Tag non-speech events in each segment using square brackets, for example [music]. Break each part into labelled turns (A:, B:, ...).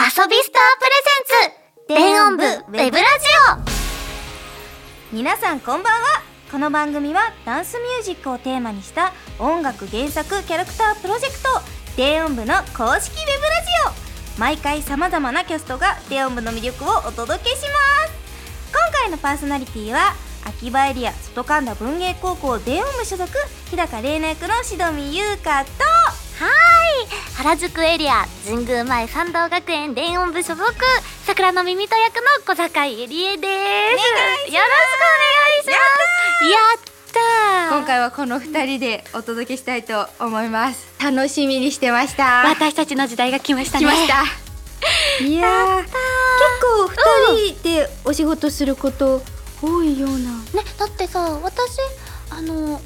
A: 遊びスタープレゼンツ電音部ウェブラジオ皆さんこんばんはこの番組はダンスミュージックをテーマにした音楽原作キャラクタープロジェクト電音部の公式ウェブラジオ毎回さまざまなキャストが電音部の魅力をお届けします今回のパーソナリティは秋葉エリア外神田文芸高校電音部所属日高玲奈役のしどみゆうかと
B: はい原宿エリア神宮前三道学園電音部所属桜の耳と役の小坂井絵里恵ですよろしくお願いしますやったー
C: 今回はこの二人でお届けしたいと思います楽しみにしてました
B: 私たちの時代が来ました
C: 来
B: ね
C: ましたいやー結構二人でお仕事すること多いような
B: ね、だってさ私あの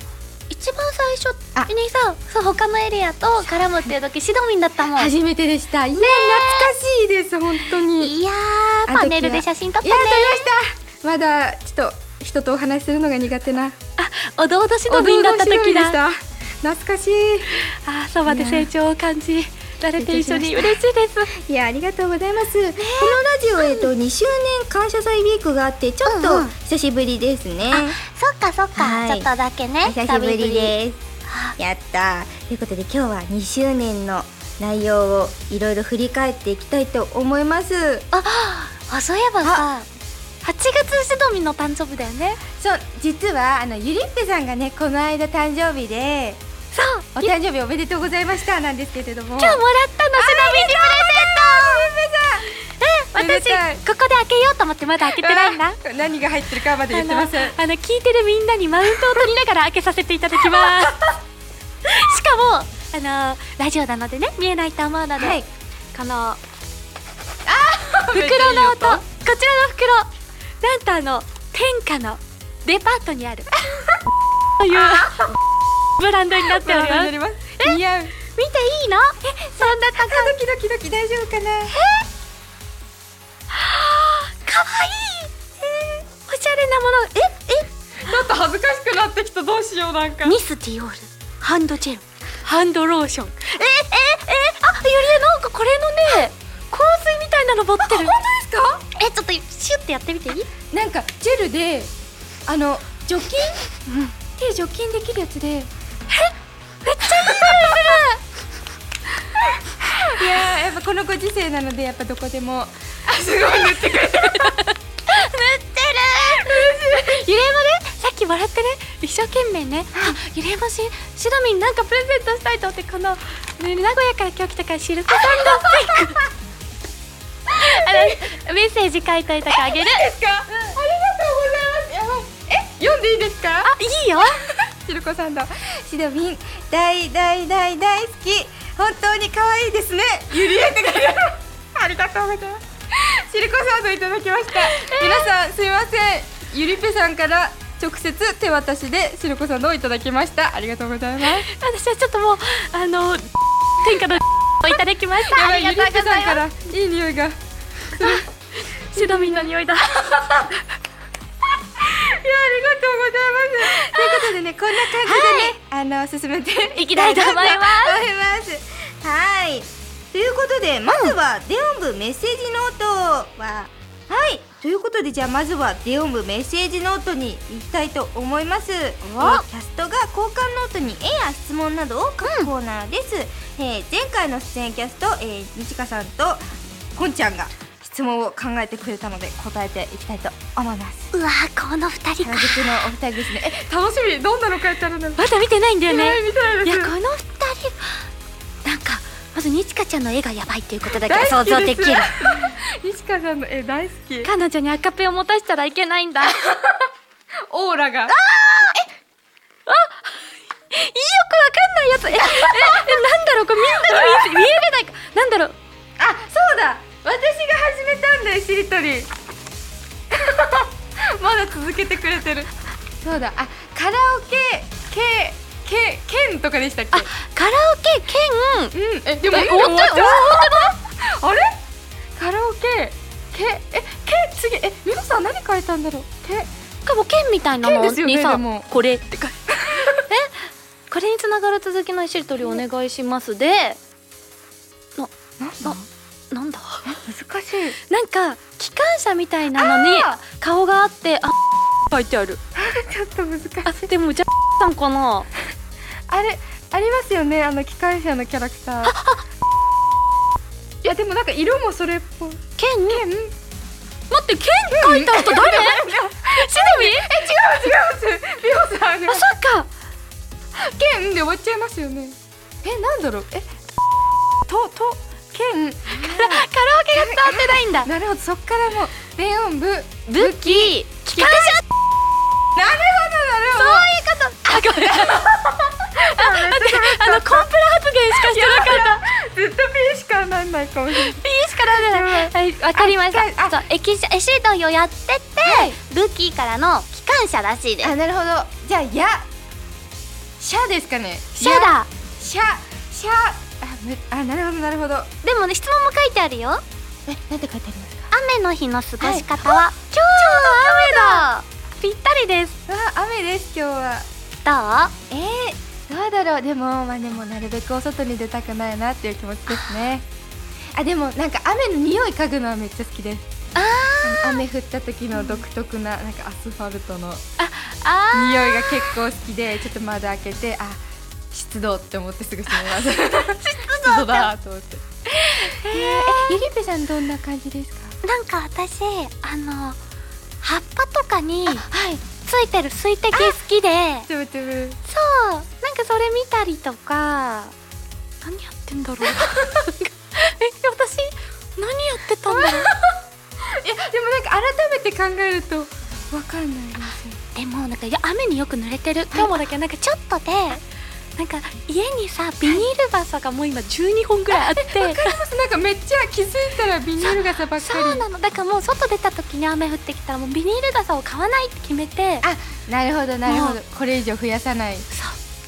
B: 一番最
C: あ
B: 初にさそう他のエリアと絡むっていう時シドミンだったもん
C: 初めてでしたいや、懐かしいです本当に
B: いや
C: あ
B: ー
C: の時は
B: パネルで写真撮ったね
C: いや撮りましたまだちょっと人とお話しするのが苦手な
B: あおどおどシドミンだった時
C: で
B: だ
C: した懐かしい
B: あーそばで成長を感じられて一緒に嬉しいです
C: いやありがとうございます、このラジオえっと2周年感謝祭ウィークがあってちょっ
B: うんう
C: と
B: ん
C: 久しぶりですね、
B: そっかそっ
C: はい
B: かちょっとだけね
C: 久しぶり
B: す
C: です。やったー。ということで今日は2周年の内容をいろいろ振り返っていきたいと思います。
B: あそういえばさ8月シドミンの誕生日だよね
C: そう実はあのゆりっぺさんがねこの間誕生日で
B: そう
C: お誕生日おめでとうございましたなんですけれども。
B: 今日もらったのシドミンにプレゼント
C: めでたい
B: え私ここで開けようと思ってまだ開けてないんだ
C: あ何が入ってるかまで言ってません。
B: あの聞いてるみんなにマウントを取りながら開けさせていただきます [laughs] しかもあのラジオなのでね見えないと思うので、
C: はい
B: この袋の音こちらの袋なんとあの天下のデパートにあるというブランドになっております見ていい
C: ります。いや
B: のえそんな高
C: ドキドキドキ大丈夫か
B: か
C: な。
B: わいい、えーおしゃれなものええ
C: ちょっと恥ずかしくなってきたどうしようなんか
B: ミスティオールハンドジェルハンドローションえええあゆりえなんかこれのね香水みたいなの持ってる
C: ですか？
B: えちょっとシュッてやってみていい
C: なんかジェルであの除菌、手除菌できるやつで。いやーやっぱこのご時世なのでやっぱどこでもあすごい塗ってくれた
B: [laughs] ゆりえもねさっき笑ってね一生懸命ね、あゆりえもしシドミンなんかプレゼントしたいと思ってこの、ね、名古屋から今日来たからシルクサンドスティックあのメッセージ書いといたからあげる
C: ですか、ありがとうございますやばいえ読んでいいですか
B: いいよ
C: しるこさんのシドミン大大大大好き本当に可愛いですねゆりえって書いてあるありがとうございますしるこさんのいただきました、皆さんすいませんゆりぺさんから直接手渡しでしるこさんのをいただきましたありがとうございます
B: 私はちょっともうあの天 [laughs] 下のをいただきましたあり
C: やば
B: がとうご
C: ゆりぺ
B: ざ
C: さん
B: い
C: か
B: ま
C: らいい匂いが
B: すシドミンの匂いだ
C: いやありがとうございます。ということでねこんな感じでね、あの進めて
B: いきたいと思います
C: す。思います。 [laughs] はい。ということでまずはデオン部メッセージノートは、はい。ということでじゃあまずはデオン部メッセージノートに行きたいと思います。
B: お
C: このキャストが交換ノートに絵や質問などを書くコーナーです。えー前回の出演キャスト、えー、西香さんとこんちゃんが質問を考えてくれたので答えていきたいと思います。
B: [laughs] うわこの二人か
C: 原宿のお二人ですね。 [laughs] え、楽しみ、どんなの書いてあるんだろう。
B: まだ見てないんだよね
C: 見たい
B: い
C: で
B: や
C: す
B: この二人なんかまずにちかちゃんの絵がやばいっていうことだけは
C: 大好
B: 想
C: きです
B: 像でき
C: [laughs]
B: る
C: 西川さんの絵大好き。
B: 彼女に赤ペンを持たせたらいけないんだいいよくわ
C: オーラが。
B: かんないやつえええなんだろうこれみんなに見え見えれないかなんだろう
C: あ、そうだ。私が始めたんだよ、しりとり。 [laughs] まだ続けてくれてる。そうだ。あ、カラオケ、け、け、けんとかでしたっ
B: あカラオケ兼
C: け。うん、え、でも、
B: え
C: 終わっちゃう
B: 終わ
C: [laughs] あれ。カラオケ、け、え、け、次、え、みこさん、何書いたんだろう。け。
B: かも剣みたいなも
C: 剣
B: ん
C: ですよね
B: にさ、
C: でも
B: これって
C: [laughs]
B: 書いてえこれにつながる続きのしりとりお願いしますでなななんだ
C: 難しい
D: なんか機関車みたいなのに顔があってあ書いてある
C: [laughs] ちょっと難しい
D: あでもじゃあさんかな
C: あれありますよねあの機関車のキャラクターいやでもなんか色もそれっぽい
D: 剣
C: えん違う違う
D: 待って剣書いた [laughs] 人誰シドミ
C: 美穂さん
D: あそっか
C: 剣で終わっちゃいますよねえなんだろうえとと剣
D: カラオケが伝わってないんだ
C: なるほどそっからもう電音部なる
D: 武器機関車
C: ほどなるほど
D: あごめんあ待ってあのコンプラ発言しかしてなかった
C: ずっと B しかなんないかもしれない。
D: ピーしかダメだ。はい、わかりまし
C: ああ
D: た。そう、エキシエシートをやってて、武器からの機関車らしいです。
C: あ、なるほど。じゃあや、シャですかね。
D: シャだ。
C: シャ、シャ。あ、むあ、なるほどなるほど。
B: でもね質問も書いてあるよ
C: え、なんて書いてありますか。
B: 雨の日の過ごし方は、今日雨だぴったりです
C: あ、雨です今日は。
B: どう
C: えー、どうだろう。でもまあでもなるべくお外に出たくないなっていう気持ちですね。あ、でもなんか雨の匂い嗅ぐのはめっちゃ好きです。あの雨降った時の独特ななんかアスファルトの
B: あー
C: 匂いが結構好きでちょっと窓開けてあ湿度って思ってすぐ閉めます [laughs] 湿度だと思ってえゆりぺさんどんな感じですか
B: なんか私あの葉っぱとかに
C: はい
B: ついてる水滴好きで
C: つぶつぶ
B: そうなんかそれ見たりとか
D: 何やってんだろう。 [laughs] え、私何やってたんだろう。
C: いやでもなんか改めて考えるとわかんないです
B: [laughs] で
C: よ
B: もなんかや雨によく濡れてる
D: 今日もだけなんかち
B: ち
D: ょ
B: ょっとで
D: なんか家にさビニール傘がもう今12本ぐらいあ [laughs] って。
C: わかりますなんかめっちゃ気づいたらビニール傘ばっか
B: そう
C: り
B: なのだからもう外出た時に雨降ってきたらもうビニール傘を買わないって決めて
C: あなるほどなるほどこれ以上増やさないあ
D: そう。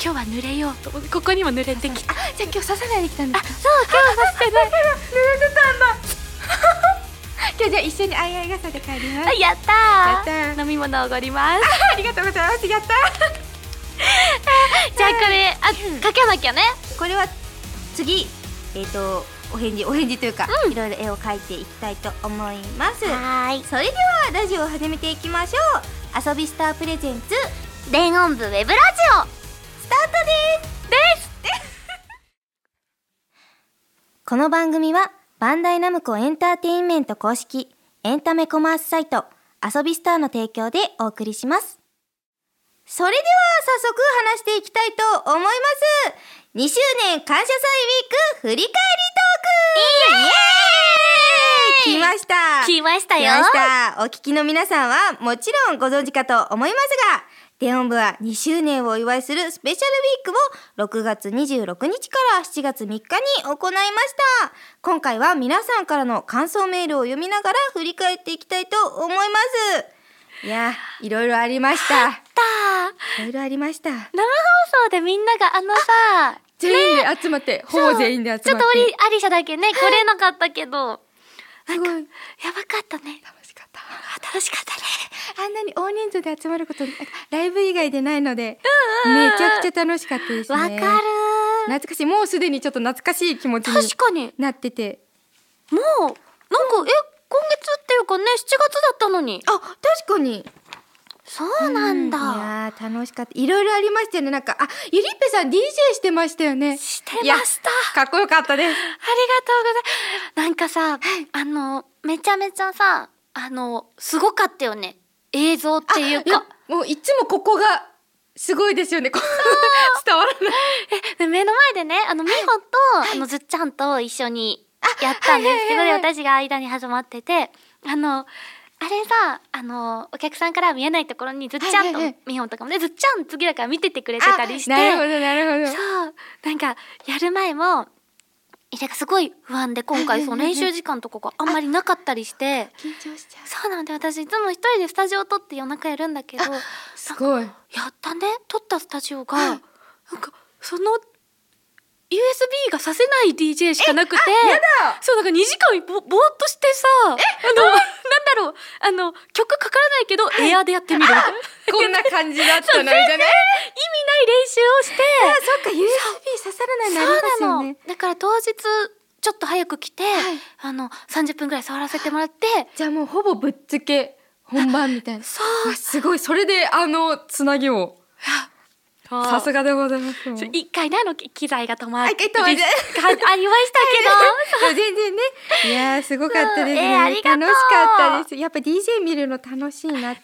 D: 今日は濡れようと思ってここにも濡れてきた。
C: じゃあ今日刺さないできたんだ
B: そう今日はしてない
C: 濡れてたん
A: [laughs]
C: だ今日じゃあ一緒にあいあい傘で帰ります
B: あやった
C: やっ
B: ー
C: たー
D: 飲み物おごります。
C: ありがとうございますやったー
B: じゃあこれあかけなきゃね
A: これは次えっ、とお返事お返事というか、いろいろ絵を描いていきたいと思います
B: はーい
A: それではラジオを始めていきましょう遊びスタープレゼンツ
B: 電音部ウェブラジオ
A: スタートですですこの番組はバンダイナムコエンターテインメント公式エンタメコマースサイト遊びスターの提供でお送りしますそれでは早速話していきたいと思います2周年感謝祭ウィーク振り返りトークイエーイ来ました
B: 来ましたよ
A: 来ましたお聞きの皆さんはもちろんご存知かと思いますが電音部は2周年をお祝いするスペシャルウィークを6月26日から7月3日に行いました今回は皆さんからの感想メールを読みながら振り返っていきたいと思いますいやいろいろありました
B: た
A: いろいろありました
B: 生放送でみんながあのさ
C: 全員で集まって、ほぼ全員で集まって
B: ちょっとオリアリシャだけね来れなかったけど
C: すご
B: やば
C: い
B: かったね
C: 楽しかっ
B: 楽しかったね
C: たあんなに大人数で集まることライブ以外でないので、めちゃくちゃ楽しかったですね
B: わかる
C: 懐かしいもうすでにちょっと懐かしい気持ちに
B: 確かに
C: なってて
B: もうなんかえ今月っていうかね7月だったのに
A: あ確かに
B: そうなんだ、
A: いやー楽しかったい
C: いろいろありましたよねなんかあゆりっぺさん DJ してましたよね
B: してました
C: かっこよかったです
B: ありがとうございます。なんかさ、あの、めちゃめちゃさ、あの、すごかったよね。映像っていうか。
C: やもういつもここがすごいですよねこ伝わらない
B: で目の前でね、あの、美穂と、あの、ずっちゃんと一緒にやったんですけど、
C: はいはいは
B: で私が間に挟まってて、あの、あれさ、あの、お客さんからは見えないところにずっちゃんと
C: はいはいはい
B: 美穂とかもね、ずっちゃん次だから見ててくれてたりして。
C: あなるほどなるほど
B: そうなんかやる前もなんかすごい不安で今回その練習時間とかがあんまりなかったりして
C: 緊張しちゃう
B: そうなんで私いつも一人でスタジオを撮って夜中やるんだけどや
C: すごい
B: ったね撮ったスタジオが、
C: はい
B: なんかその USB がさせない DJ しかなくてそうなんか2時間ぼぼーっとしてさあのなんだろうあの曲かからないけど、エアーでやってみるみたいな意味ない
C: こんな感じだったのみたい
B: 練
C: な
B: 習をして。
C: そっか USB 刺さらない
B: そうなのだから当日ちちょっと早く来て、あの30分ぐらい触らせてもらって
D: じゃあもうほぼぶっつけ本番みたいな
B: そう
D: わすごいそれであのつなぎをさすがでございますもう
B: ちょ一回ねあのき機材が止まっ
C: あ一回止まっ
B: りありました
C: 全然ねいやーすごかったですね、
B: そうえーありがとう
C: 楽しかったですやっぱ DJ 見るの楽しいなって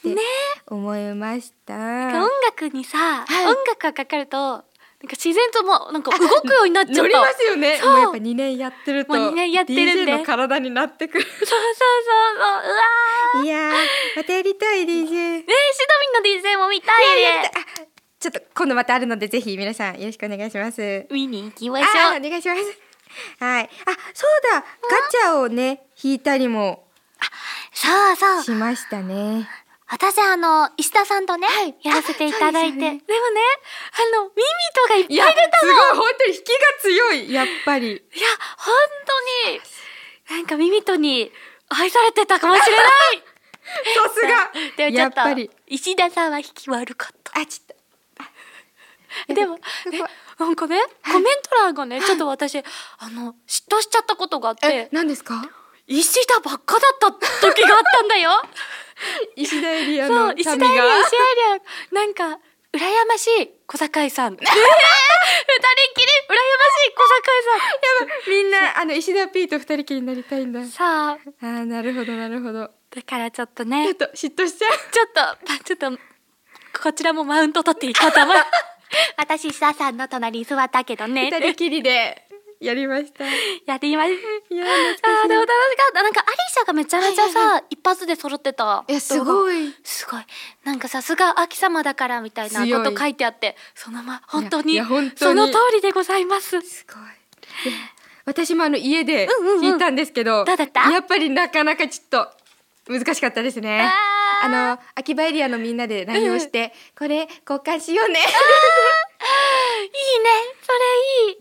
C: 思いました、
B: け
C: [laughs]
B: ど音楽にさ、音楽がかかるとなんか自然ともうなんか動くようになっちゃった
C: 乗りますよね
B: そう
C: もうやっぱ2年やってると
B: もう二年やってるんで
C: DJ の体になってくる
B: そうそうそうそううわー [laughs]
C: いやーまたやりたい DJ
B: ねえシドミンの DJ も見たいね
C: ちょっと今度またあるのでぜひ皆さんよろしくお願いします。
B: 見に行き
C: あ
B: ましょ
C: ー
B: う
C: お願いします。はい。あそうだガチャをね引いたりも
B: そうそう
C: しましたね。
B: 私あの石田さんとね、やらせていただいて、
C: そう
B: で
C: ですよ
B: もね
C: ね
B: あのミミトがいっぱい
C: いやすごい本当に引きが強いやっぱり。
B: いや本当になんかミミトに愛されてたかもしれない
C: さすが。
B: でもちょ
C: や
B: っ
C: っ
B: と
C: ぱり。
B: 石田さんは引き悪かった
C: あちょっ
B: でもねなんかねコメント欄がねちょっと私あの嫉妬しちゃったことがあっ
C: とえ
B: て
C: 何ですか？
B: 石田ばっかだった時があったんだ
C: [laughs]
B: よ
C: 石田エリア
B: そ
C: の
B: う石
C: 民
B: 田
C: が
B: エリア石田エリアなんか羨ましい小坂井さ
C: [laughs]
B: んえー二人っきり羨ましい小坂井さん
C: みんなあの石田 P と二人きりになりたいんだ。
B: さあ
C: あーなるほどなるほど。
B: だからちょっと
C: ちょ
B: ね
C: っと嫉妬しちゃう。
B: ちょっとまちょっとこちらもマウント取っていこうと思
C: [laughs]
B: う私石田さんの隣に座ったけどね
C: 二人きりでやりました。い
B: やっていますあ
C: や
B: ー
C: 懐
B: でも楽し
C: かし
B: かったなんかアリシャがめちゃめちゃさ、一発で揃ってた
C: い。えす
B: 動画
C: ごい。
B: すごいなんかさすが秋様だからみたいなこ
C: 強
B: と
C: い
B: 書いてあってそのま本当に
C: いやいや本
B: そ
C: 当に
B: の通りでございます
C: すごい。で私もあの家で
B: うんうんうん
C: 聞いたんですけど、
B: どうだった
C: やっぱりなかなかちょっと難しかったですね。
B: あ
C: あの秋葉エリアのみんなで LINE をして、これ交換しようね。
B: いいねそ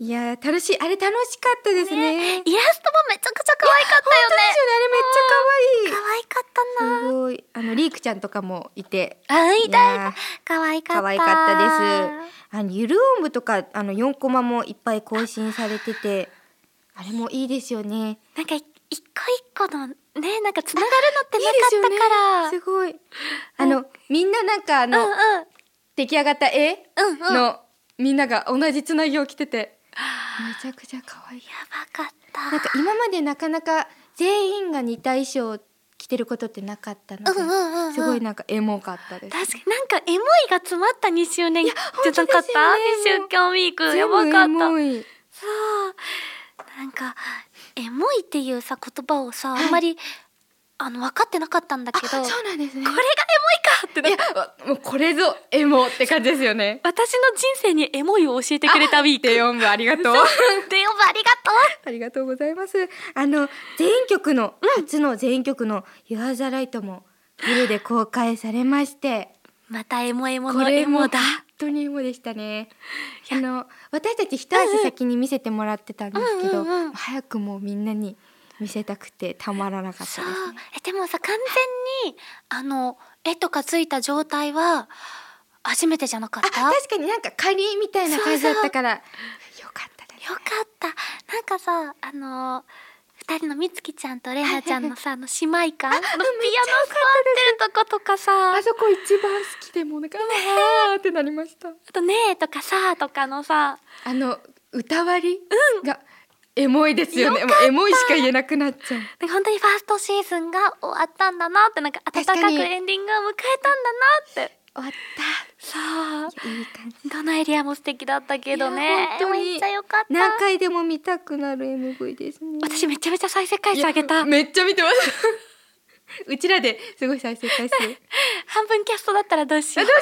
B: れいい
C: いやー楽しいあれ楽しかったですね。
B: イラストもめちゃくちゃ可愛かったよね
C: 本当ですよねあれめっちゃ
B: 可愛かったな
C: 可愛い。すごいあのリークちゃんとかもいて
B: あいたい
C: いや
B: た
C: ー
B: 可愛かった
C: 可愛かったです。あのゆる音部とかあの四コマもいっぱい更新されててあれもいいですよね。
B: なんかい一個一個のねなんかつながるのって
C: いい
B: な
C: ですよね
B: かったから
C: すごい。あのみんななんかあの、出来上がった絵
B: うんうんうんうんやば
C: のみんなが同じつなぎを着ててめちゃくちゃ可愛い
B: かった
C: なんか今までなかなか全員が似た衣装を着てることってなかったので、
B: うんうんうんうん
C: すごいなんかエモかったで
B: 確
C: す
B: かになんかエモいが詰まった2周年じゃなかった、
C: 本当ですよね
B: 2週間ウィークや
C: 全
B: ば
C: 部
B: かっ
C: エ
B: た
C: モい
B: そうなんかエモいっていうさ言葉をさ、あんまりあの分かってなかったんだけどこれがエ
C: そうなんですね
B: モいかって
C: い
B: な
C: やもうこれぞエモって感じですよね
B: 私の人生にエモいを教えてくれたウィーク
C: で4部ありがとう
B: でよばありがとう
C: [laughs] ありがとうございますあの全曲の、初の全曲の You are the light もフルで公開されまして
B: またエモエモ
C: こ
B: のエ
C: れも
B: モ
C: 本
B: だ
C: 当にエモでしたね。あの私たち一足先に見せてもらってたんですけど、
B: うんうんうん
C: 早くもうみんなに見せたくてたまらなかったです
B: そう
C: ね。
B: えでもさ完全にあの絵とかついた状態は初めてじゃなかっ
C: あ
B: た
C: 確かになんか仮みたいな感じだったからよかったです。
B: よかったなんかさあのー二人のみつきちゃんとれなちゃんの
C: [laughs]
B: さあの姉妹感あのピアノ座ってるとことかさ
C: あ
B: あ
C: そこ一番好きでもうなんかあーってなりました。
B: とねえとかさとかのさ
C: あの歌割りがエモいですよね。もうエモいしか言えなくなっちゃう。
B: なんか本当にファーストシーズンが終わったんだなってなんか温か
C: 確か
B: く
C: に
B: エンディングを迎えたんだなって
C: 終わっ
B: さあ
C: た。いい感じ。
B: どのエリアも素敵だったけど
C: い
B: ね
C: や本当に
B: めっちゃよかった
C: 何回でも見たくなる MV ですね。
B: 私めちゃめちゃ再生回数上げた
C: いやめっちゃ見てますうちらですごい再生回数あどうしよ
B: 半分キャストだったらどうしよう
C: う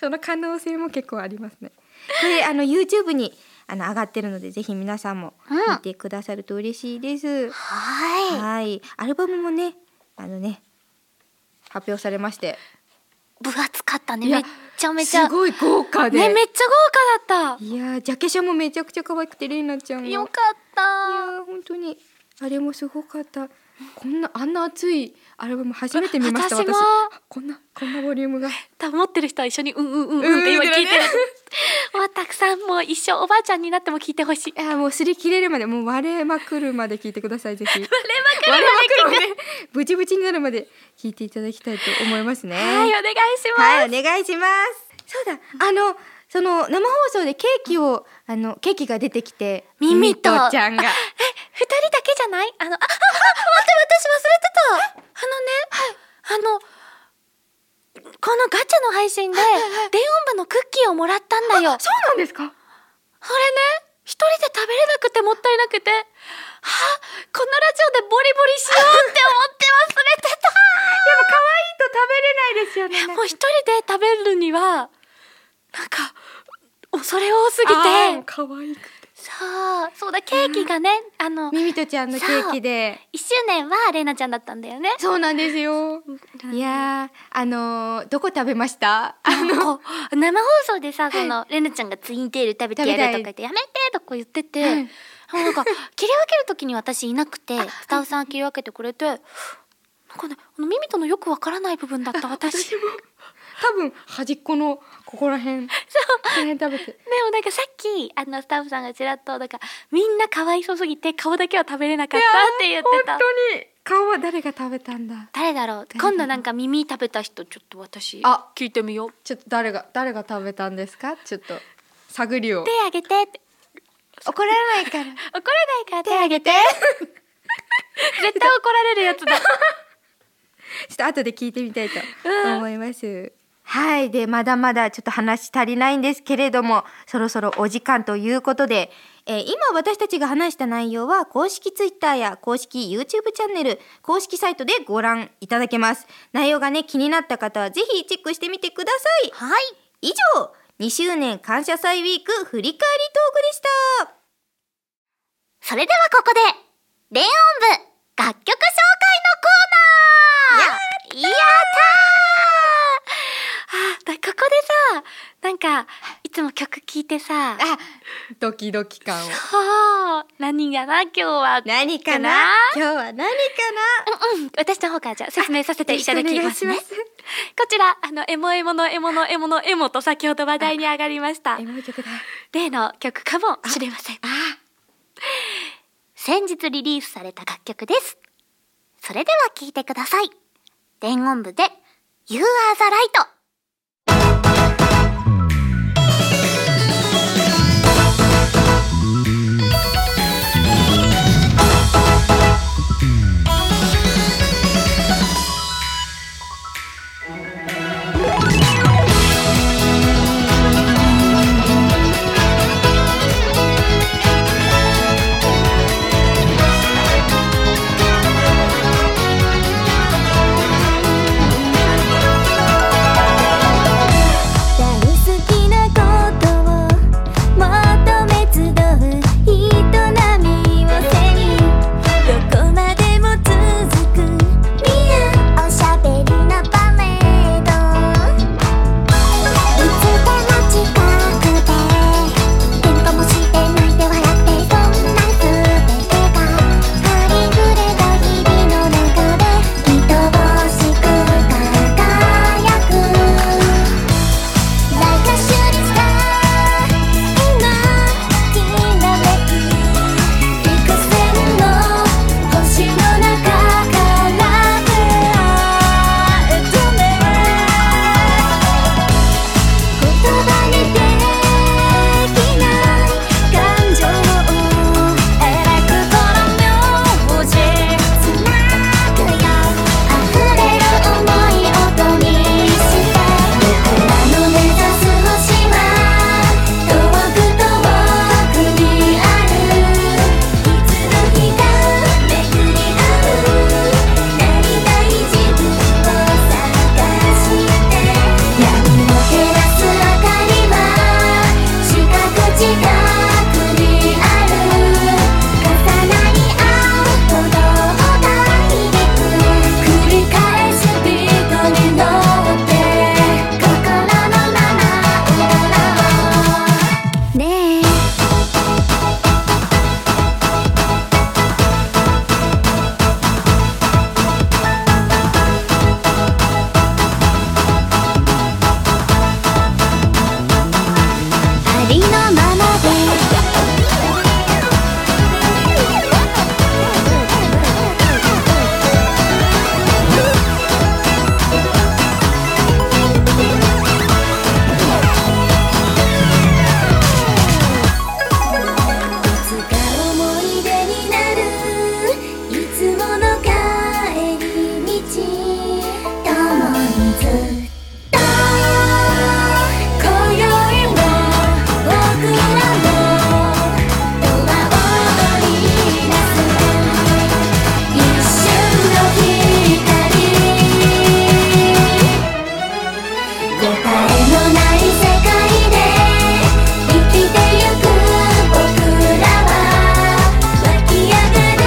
C: その可能性も結構ありますねこれあの YouTube にあの上がってるのでぜひ皆さんも
B: うん
C: 見てくださると嬉しいです、
B: はーい
C: はいアルバムもねあのね発表されまして
B: 分厚かったね
C: いや
B: めっちゃめちゃ
C: すごい豪華で、
B: ねめっちゃ豪華だった
C: いやージャケ写もめちゃくちゃ可愛くてレイナちゃんも
B: よかっ
C: い
B: た
C: やー本当にあれもすごかったこんなあんな熱いアルバム初めて見ました
B: 私
C: 私
B: も
C: こんなこんなボリュームが
B: 多分持ってる人は一緒にうんうんうんうんって今聞いてる、をたくさんもう一生おばあちゃんになっても聞いてほしい
C: あーもう擦り切れるまでもう割れまくるまで聞いてくださいぜひ [laughs] 割れまくるまでブチブチになるまで聞いていただきたいと思いますね
B: はいお願いします、
C: はい、お願いします。そうだ、あの、その生放送でケーキを、あのケーキが出てきて。
B: ミミと
C: ミミちゃんが。
B: え二人だけじゃないあのああああ待って私忘れてたあのね、あのこのガチャの配信で電音部のクッキーをもらったんだよあれね
C: [laughs] そうなんですか。
B: 一人で食べれなくてもったいなくてはあこのラジオでボリボリしようって思って忘れて
C: [laughs]
B: た
C: でも可愛いと食べれないですよね。
B: もう一人で食べるにはなんか恐れ多すぎ
C: あー
B: て
C: 可愛くて。
B: そうそうだケーキがねあの
C: ミミトちゃんのケーキで。
B: 1周年はレナちゃんだったんだよね
C: [laughs] そうなんですよ。いやー、あのーどこ食べました。あの、
B: こう生放送でさその、レナちゃんがツインテール食べてやるとか言って「やめて!」とか言ってて、
C: はい
B: なん
C: [laughs]
B: か切り分ける時に私いなくてスタッフさんが切り分けてくれてなんかねあのミミとのよくわからない部分だった私。
C: 多分端っこのここら辺。そう。ここら辺食べて。
B: でもなんかさっきあのスタッフさんがちらっとなんかみんなかわいそうすぎて顔だけは食べれなかったって言ってた
C: 本当に顔は誰が食べたんだ。
B: 誰だろう
C: 誰だろう
B: 今度なんか耳食べた人ちょっと私
C: あ
B: 聞いてみよう
C: ちょっと誰が誰が食べたんですか。ちょっと探りを
B: 手。あげてって
C: 怒らない [laughs] か
B: [laughs]
C: ら。
B: 怒らないから手あげ
C: [laughs]
B: て絶対怒られるやつだ
C: ちょっと後で聞いてみたいと思います。はい。で、まだまだちょっと話足りないんですけれども、そろそろお時間ということで、えー今私たちが話した内容は公式 Twitter や公式 YouTube チャンネル、公式サイトでご覧いただけます。内容がね、気になった方はぜひチェックしてみてください。
B: はい
C: 以上、2周年感謝祭ウィーク振り返りトークでした。
B: それではここで電音部楽曲紹介のコーナーやったーあだここでさなんかいつも曲聴いてさあ
C: ドキドキ感を。
B: あ何がな今日は
C: 何かな今日は何かな
B: うんうん私の方からじゃあ説明させていただきますね
C: よろしくお願いし
B: こちらあのエモエモのエモのエモのエモと先ほど話題に上がりました
C: エモい曲だ。
B: 例の曲かもしれません先日リリースされた楽曲ですそれでは聴いてください電音部で「You are the light」
E: 「君の声が聞こえる」
B: の帰り道共にずっと今宵も僕らもドアを取り出す一瞬の光答えのない世界で生きてゆく僕らは湧き上がる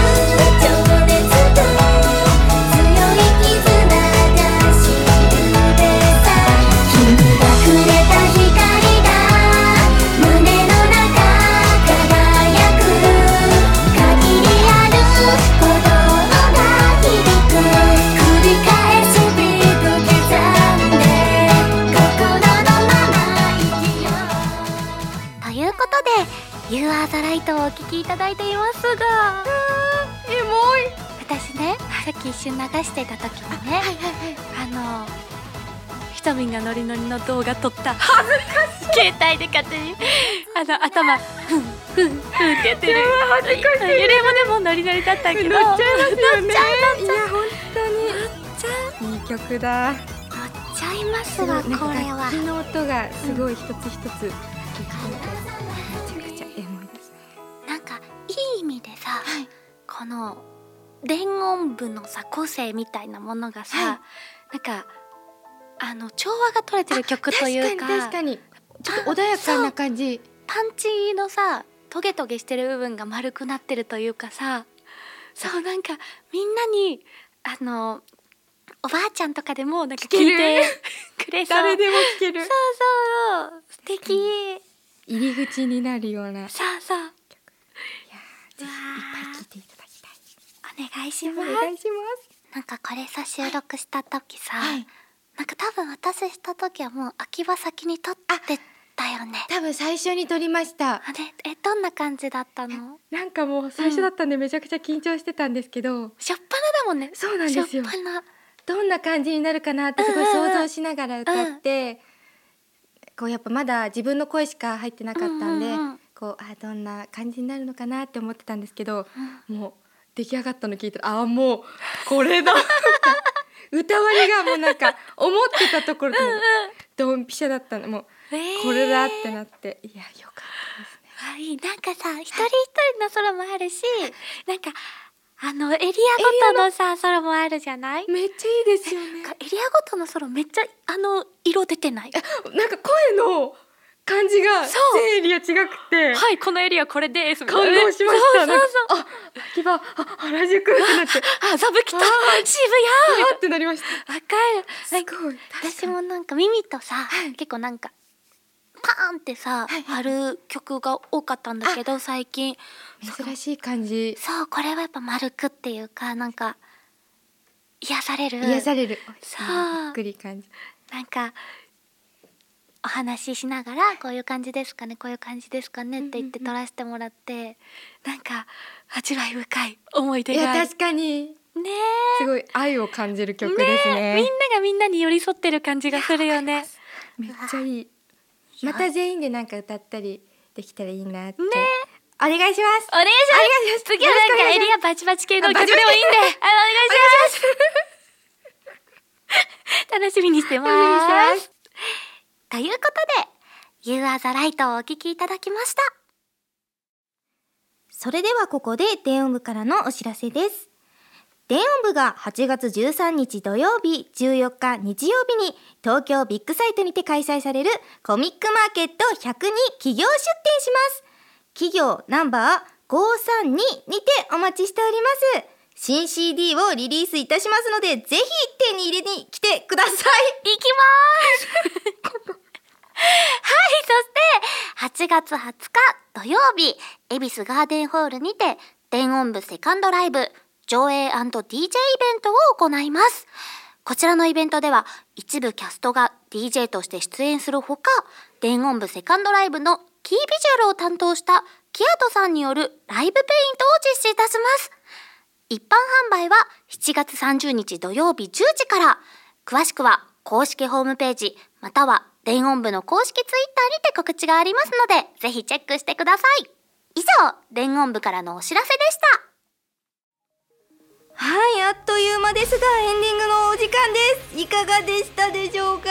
B: 情熱と強い絆がしるべさ君がくれた光が胸の中輝く限りある鼓動が響く繰り返しビート刻んで心のまま生きようということで「You are the Light」をお聴きいただいていますが
C: エモい
B: 私ねさっき一瞬流してた時にねあの
D: ひとみんがノリノリの動画撮った携帯で勝手にあの頭ふんふんふんってやってる
C: 恥ずかしい
D: ゆれもでもノリノリだったけど
C: 乗っちゃいますよね
D: 乗っちゃい
C: いや本当にいい曲だ
B: 乗っちゃいます
C: な
B: が
C: んか
B: これは
C: 楽器の音がすごい一つ一つ、めちゃくちゃエモいですね
B: なんかいい意味でさ、この伝音部のさ個性みたいなものがさ、
C: は
D: なんかあの調和が取れてる曲というか
C: 確かに確かにちょっと穏やかな感じ
D: パンチのさトゲトゲしてる部分が丸くなってるというかさそうなんかみんなにあのおばあちゃんとかでもなんか聞い
C: 聞け
D: て
C: る
D: くれそう
C: 誰でも聴ける
D: そうそう素敵
C: 入り口になるような
D: そうそう
C: ぜひいっぱい聴いていただきたい
B: お願いしま
C: お
B: す
C: 願いし
B: なんかこれさ収録した時さ、
C: ますはい
B: なんか多分私した時はもう秋葉先に撮ってたよね
C: 多分最初に撮りました
B: あれえどんな感じだったの
C: なんかもう最初だったんでめちゃくちゃ緊張してたんですけど
D: しょっぱなだもんね
C: そうなんですよ
D: しょっぱな
C: どんな感じになるかなってすごい想像しながら歌ってこうやっぱまだ自分の声しか入ってなかったんで
D: うんうんうん
C: こうあどんな感じになるのかなって思ってたんですけどもう出来上がったの聞いたらあーもうこれだ歌割りがもうなんか思ってたところともドンピシャだったのもう
D: えー
C: これだってなっていやよかったですね
D: あいいなんかさ一
B: 一人一人の空もあるし
D: なんかあのエリアごとのさ空もあるじゃない
C: めっちゃいいですよね
B: なんかエリアごとの空めっちゃあの色出てない
C: なんか声の感じが
D: そう
C: 全エリア違くて
D: はいこのエリアこれです
C: 感動しました
D: そうそうそう
C: なんかあ秋葉あ原宿ってなって
D: あザブ来た
C: あ
D: 渋
C: あ
D: 谷
C: ーってなりました
D: わかる
C: すごい
B: 私もなんか耳とさ、結構なんかパーンってさ、貼る曲が多かったんだけど最近
C: 珍しい感じ
B: そうこれはやっぱ丸くっていうかなんか癒される
C: 癒される
B: そう
C: ゆっくり感じ
B: なんかお話ししながらこういう感じですかねこういう感じですかねって言って
C: うんうん
B: 撮
C: うん
B: らせてもらって、
D: なんか味わい深い思い
C: い
D: 出
C: や
D: がある
C: 確かに
D: ね
C: すごい愛を感じる曲です
D: え
C: ね
D: みんながみんなに寄り添ってる感じがするよね
C: めっちゃいいまた全員でなんか歌ったりできたらいいなって
D: ね
C: お願いし
D: お
C: ます
D: 願いします次はなんかエリアバチバチ系の曲でもいいんであのお願いします楽しみにしてま
C: お願い
D: す
C: し
B: ということで「You are the Light」をお聴きいただきました
A: それではここで電音部からのお知らせです。電音部が8月13日土曜日、14日日曜日に東京ビッグサイトにて開催されるコミックマーケット100に企業出店します。企業ナンバー532にてお待ちしております。新 CD をリリースいたしますので、ぜひ手に入れに来てください。
B: いきます [laughs] はい、そして、8月20日土曜日、恵比寿ガーデンホールにて、電音部セカンドライブ、上映 &DJ イベントを行います。こちらのイベントでは、一部キャストが DJ として出演するほか、電音部セカンドライブのキービジュアルを担当したキアトさんによるライブペイントを実施いたします。一般販売は7月30日土曜日10時から。詳しくは公式ホームページ、または電音部の公式ツイッターにて告知がありますので、ぜひチェックしてください。以上、電音部からのお知らせでした。
C: はい、あっという間ですがエンディングのお時間です。いかがでしたでしょうか。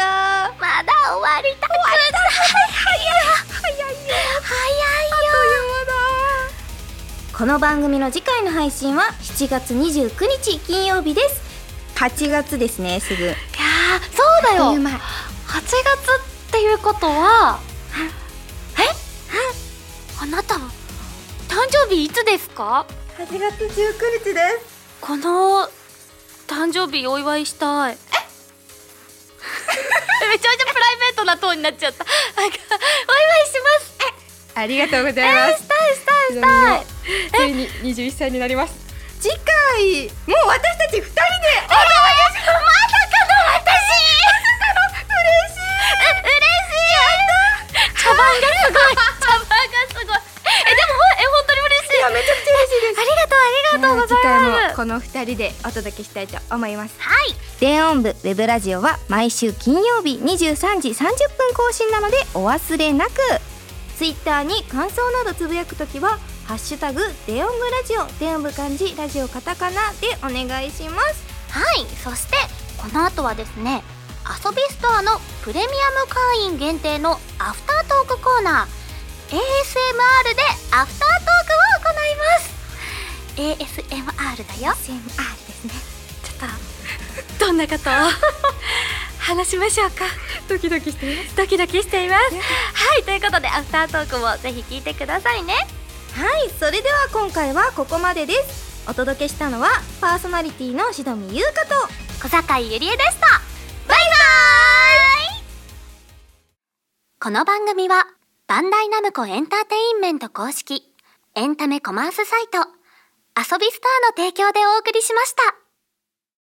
B: まだ終わりたくない早い早いよ
C: この番組の次回の配信は7月29日金曜日です。
F: 8月ですねすぐ
G: いやーそうだ
F: あっという
G: よ
F: 間
G: 8月っていうことはえあなた誕生日いつですか
F: 8月19日です
G: この誕生日お祝い [laughs] したいめちゃめちゃプライベートなトーンになっちゃったなんかお祝いします
F: ありがとうございます、
G: えしたい
F: ついに21歳になります次回もう私たち2人でお会い
G: 茶番がすごい茶番がすごいえでもほんえ本当に嬉しい
F: やめちゃくちゃ嬉しいです
G: ありがとうありがとうござい
F: 次
G: ます
F: 回もこの2人でお届けしたいと思います
C: 電音部ウェブラジオは毎週金曜日23時30分更新なのでお忘れなくツイッターに感想などつぶやくときは「ハッシュタグ電音部ラジオ」電音部漢字ラジオカタカナでお願いします
B: はいそしてこの後はですね遊びストアのプレミアム会員限定のアフタートークコーナー ASMR でアフタートークを行います ASMR だよ ASMR ですね
G: ちょっ
B: [laughs]
G: とどんなことを話しましょうかドキドキしていますドキドキしています
B: はいということでアフタートークもぜひ聞いてくださいね
C: はいそれでは今回はここまでですお届けしたのはパーソナリティのしどみゆうかと
B: 小坂井ゆりえでしたバイバイこの番組はバンダイナムコエンターテインメント公式エンタメコマースサイト遊びスターの提供でお送りしました。